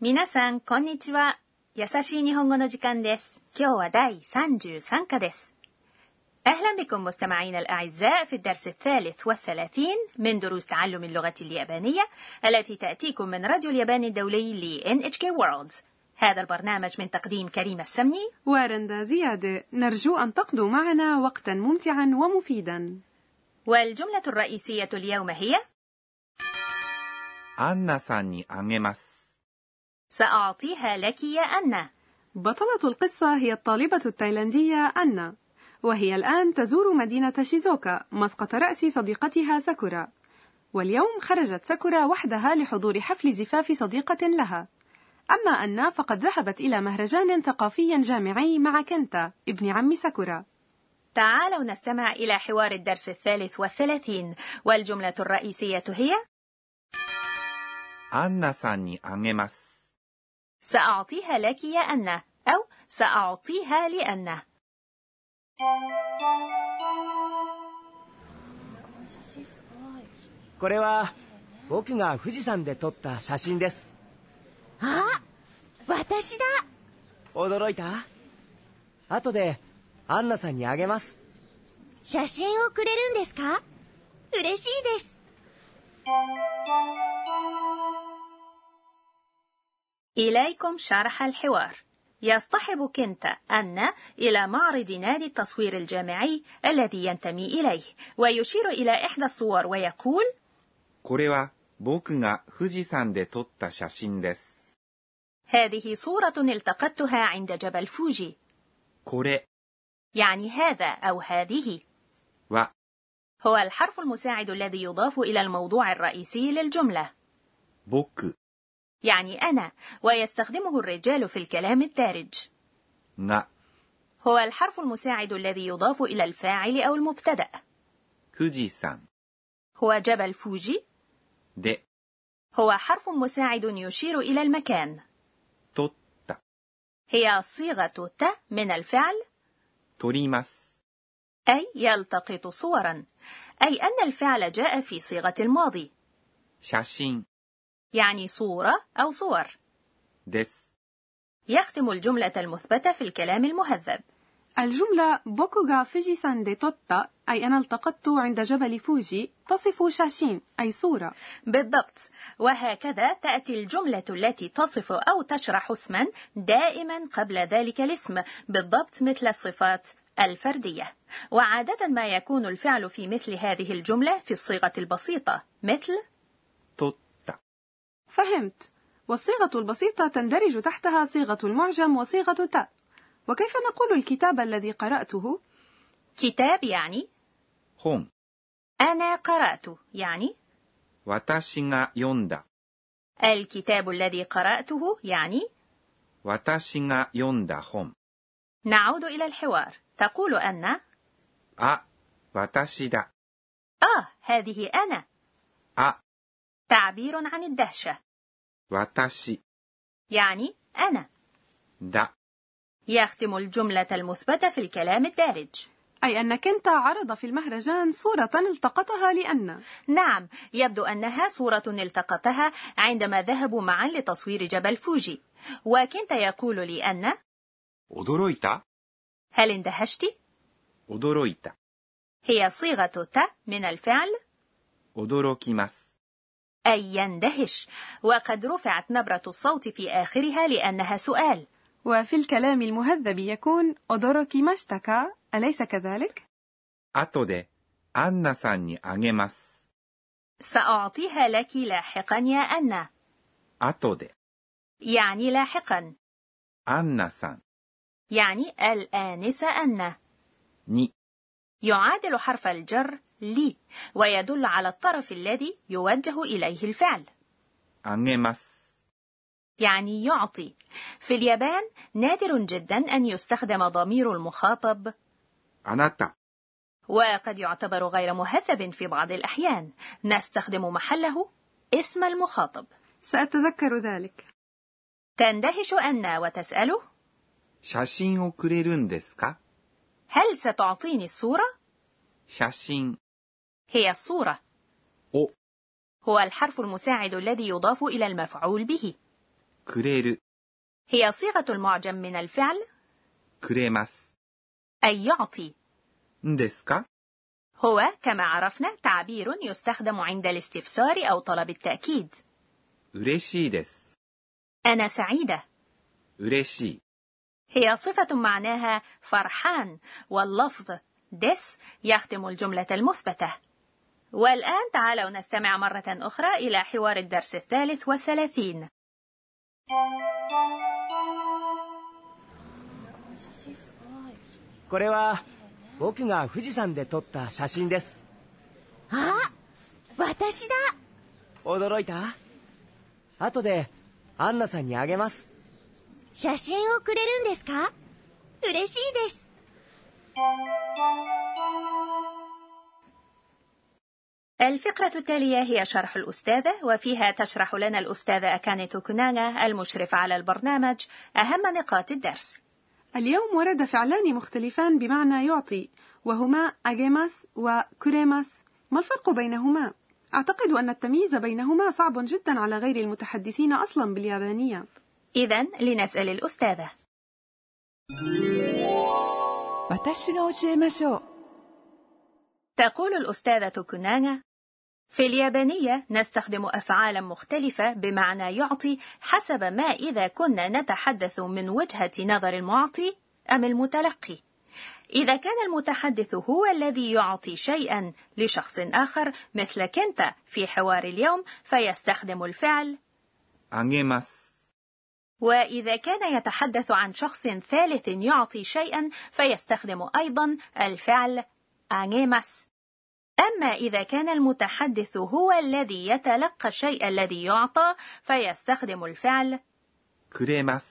皆さん、こんにちは。優しい日本語の時間です。今日は第33課です。أهلا بكم مستمعينا الأعزاء في الدرس الثالث والثلاثين من دروس تعلم اللغة اليابانية التي تأتيكم من راديو اليابان الدولي ل NHK Worlds هذا البرنامج من تقديم كريمة السمني ورندا زياد نرجو أن تقضوا معنا وقتا ممتعا ومفيدا والجملة الرئيسية اليوم هي アンナさんにあげます。 سأعطيها لك يا أنا. بطلة القصة هي الطالبة التايلاندية أنا، وهي الآن تزور مدينة شيزوكا مسقط رأس صديقتها ساكورا. واليوم خرجت ساكورا وحدها لحضور حفل زفاف صديقة لها. أما أنا فقد ذهبت إلى مهرجان ثقافي جامعي مع كنتا ابن عم ساكورا. تعالوا نستمع إلى حوار الدرس الثالث والثلاثين والجملة الرئيسية هي アンナさんにあげます。 سأعطيها لك يا أنا أو سأعطيها لأنا. これは僕が富士山で撮った写真です。あ、私だ。驚いた後でアンナさんにあげます。写真をくれるんですか嬉しいです。 إليكم شرح الحوار يصطحب كنتا أن إلى معرض نادي التصوير الجامعي الذي ينتمي إليه ويشير إلى إحدى الصور ويقول これは僕が富士山で撮った写真です。 هذه صورة التقطتها عند جبل فوجي. これ يعني هذا أو هذه. は هو الحرف المساعد الذي يضاف إلى الموضوع الرئيسي للجملة. 僕 يعني أنا ويستخدمه الرجال في الكلام الدارج が هو الحرف المساعد الذي يضاف إلى الفاعل أو المبتدأ 富士山 هو جبل فوجي で هو حرف مساعد يشير إلى المكان 取った هي صيغة ت من الفعل 取ります أي يلتقط صورا أي أن الفعل جاء في صيغة الماضي 写真 يعني صورة أو صور. دس يختم الجملة المثبتة في الكلام المهذب. الجملة بوكوغا فوجي سان دي توتا أي أنا التقطت عند جبل فوجي تصف شاشين أي صورة بالضبط وهكذا تأتي الجملة التي تصف أو تشرح اسما دائما قبل ذلك الاسم بالضبط مثل الصفات الفردية وعادة ما يكون الفعل في مثل هذه الجملة في الصيغة البسيطة مثل توت فهمت والصيغة البسيطة تندرج تحتها صيغة المعجم وصيغة تاء وكيف نقول الكتاب الذي قرأته؟ كتاب يعني هون أنا قرأت يعني واتاشي يوندا الكتاب الذي قرأته يعني واتاشي يوندا هون نعود إلى الحوار تقول أن أ واتاشي دا آه هذه أنا أ تعبير عن الدهشة. 私 يعني أنا. だ يختم الجملة المثبتة في الكلام الدارج. أي أن كنتا عرض في المهرجان صورة التقطها لأن. نعم، يبدو أنها صورة التقطها عندما ذهبوا معا لتصوير جبل فوجي. وكنتا يقول لأن 驚いた هل اندهشت؟ 驚いた هي صيغة ت من الفعل 驚きます أي يندهش وقد رفعت نبرة الصوت في آخرها لأنها سؤال وفي الكلام المهذب يكون أدوركي ما اشتكى أليس كذلك؟ 後でアンナさんにあげます سأعطيها لك لاحقا يا أنا 後で يعني لاحقا アンナさん يعني الآنسة أن に يعادل حرف الجر لي ويدل على الطرف الذي يوجه إليه الفعل あげます يعني يعطي في اليابان نادر جدا أن يستخدم ضمير المخاطب あなた وقد يعتبر غير مهذب في بعض الأحيان نستخدم محله اسم المخاطب سأتذكر ذلك تندهش أن وتسأله 写真をくれるんですか هل ستعطيني الصورة؟ 写真 هي الصورة を هو الحرف المساعد الذي يضاف إلى المفعول به くれる、 هي صيغة المعجم من الفعل くれます。 أي يعطي んですか هو كما عرفنا تعبير يستخدم عند الاستفسار أو طلب التأكيد 嬉しいです。 أنا سعيدة 嬉しい。 هي صفة معناها فرحان واللفظ دس يختم الجملة المثبتة والآن تعالوا نستمع مرة أخرى إلى حوار الدرس الثالث والثلاثين これは僕が富士山で撮った写真ですあ私だ驚いた後でアンナさんにあげます写真をくれるんですか嬉しいです。 الفقرة التالية هي شرح الأستاذة وفيها تشرح لنا الأستاذة أكاني توكونانا المشرف على البرنامج أهم نقاط الدرس اليوم ورد فعلان مختلفان بمعنى يعطي وهما أجيماس وكوريماس ما الفرق بينهما؟ أعتقد أن التمييز بينهما صعب جدا على غير المتحدثين أصلا باليابانية إذا لنسأل الأستاذة 私が教えましょう تقول الأستاذة كنانا في اليابانية نستخدم أفعالا مختلفة بمعنى يعطي حسب ما إذا كنا نتحدث من وجهة نظر المعطي أم المتلقي إذا كان المتحدث هو الذي يعطي شيئا لشخص آخر مثل كنتا في حوار اليوم فيستخدم الفعل あげます。 وإذا كان يتحدث عن شخص ثالث يعطي شيئا فيستخدم أيضا الفعل أنيماس أما إذا كان المتحدث هو الذي يتلقى الشيء الذي يعطى فيستخدم الفعل くれます。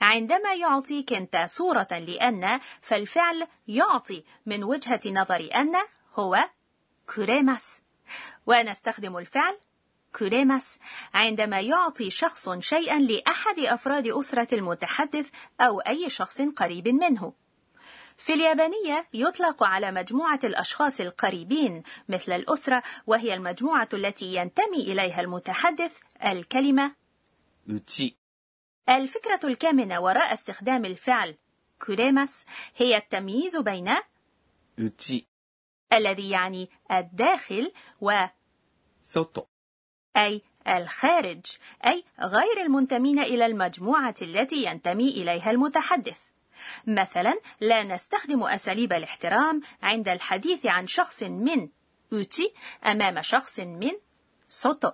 عندما يعطي كنتا صورة لأن فالفعل يعطي من وجهة نظر أن هو كريماس ونستخدم الفعل كريماس عندما يعطي شخص شيئا لأحد أفراد أسرة المتحدث أو أي شخص قريب منه في اليابانية يطلق على مجموعة الأشخاص القريبين مثل الأسرة وهي المجموعة التي ينتمي إليها المتحدث الكلمة うち、 الفكرة الكامنة وراء استخدام الفعل كريماس هي التمييز بين うち、 الذي يعني الداخل و 外、 أي الخارج أي غير المنتمين إلى المجموعة التي ينتمي إليها المتحدث مثلا لا نستخدم أساليب الاحترام عند الحديث عن شخص من أوتي أمام شخص من سوتو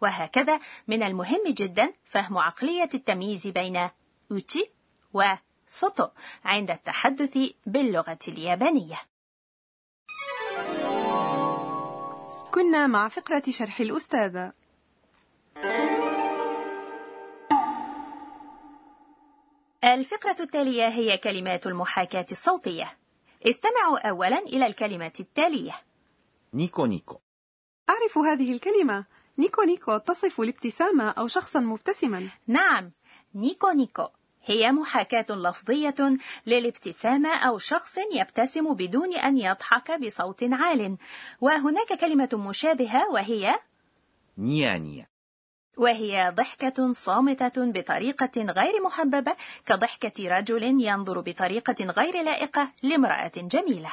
وهكذا من المهم جدا فهم عقلية التمييز بين أوتي وسوتو عند التحدث باللغة اليابانية كنا مع فقرة شرح الأستاذة الفقرة التالية هي كلمات المحاكاة الصوتية. استمعوا أولا إلى الكلمة التالية. ニコニコ、 أعرف هذه الكلمة نيكو نيكو تصف الابتسامة أو شخصا مبتسما نعم، نيكو نيكو هي محاكاة لفظية للابتسامة أو شخص يبتسم بدون أن يضحك بصوت عال. وهناك كلمة مشابهة وهي ニヤニヤ、 وهي ضحكة صامتة بطريقة غير محببة كضحكة رجل ينظر بطريقة غير لائقة لامرأة جميلة.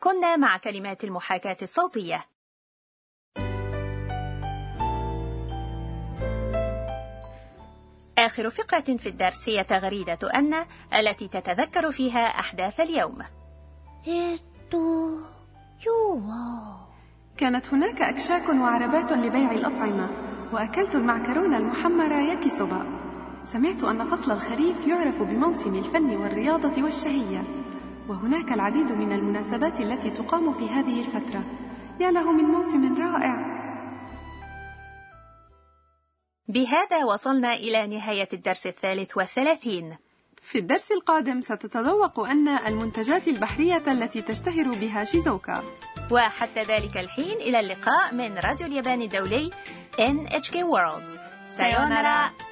كنا مع كلمات المحاكاة الصوتية. آخر فقرة في الدرس هي تغريدة أن التي تتذكر فيها أحداث اليوم. えっと、今日は。 كانت هناك أكشاك وعربات لبيع الأطعمة وأكلت المعكرونة المحمرة ياكيسوبا سمعت أن فصل الخريف يعرف بموسم الفن والرياضة والشهية وهناك العديد من المناسبات التي تقام في هذه الفترة يا له من موسم رائع بهذا وصلنا إلى نهاية الدرس الثالث والثلاثين في الدرس القادم ستتذوق أن المنتجات البحرية التي تشتهر بها شيزوكا وحتى ذلك الحين إلى اللقاء من راديو اليابان الدولي NHK World سايونارا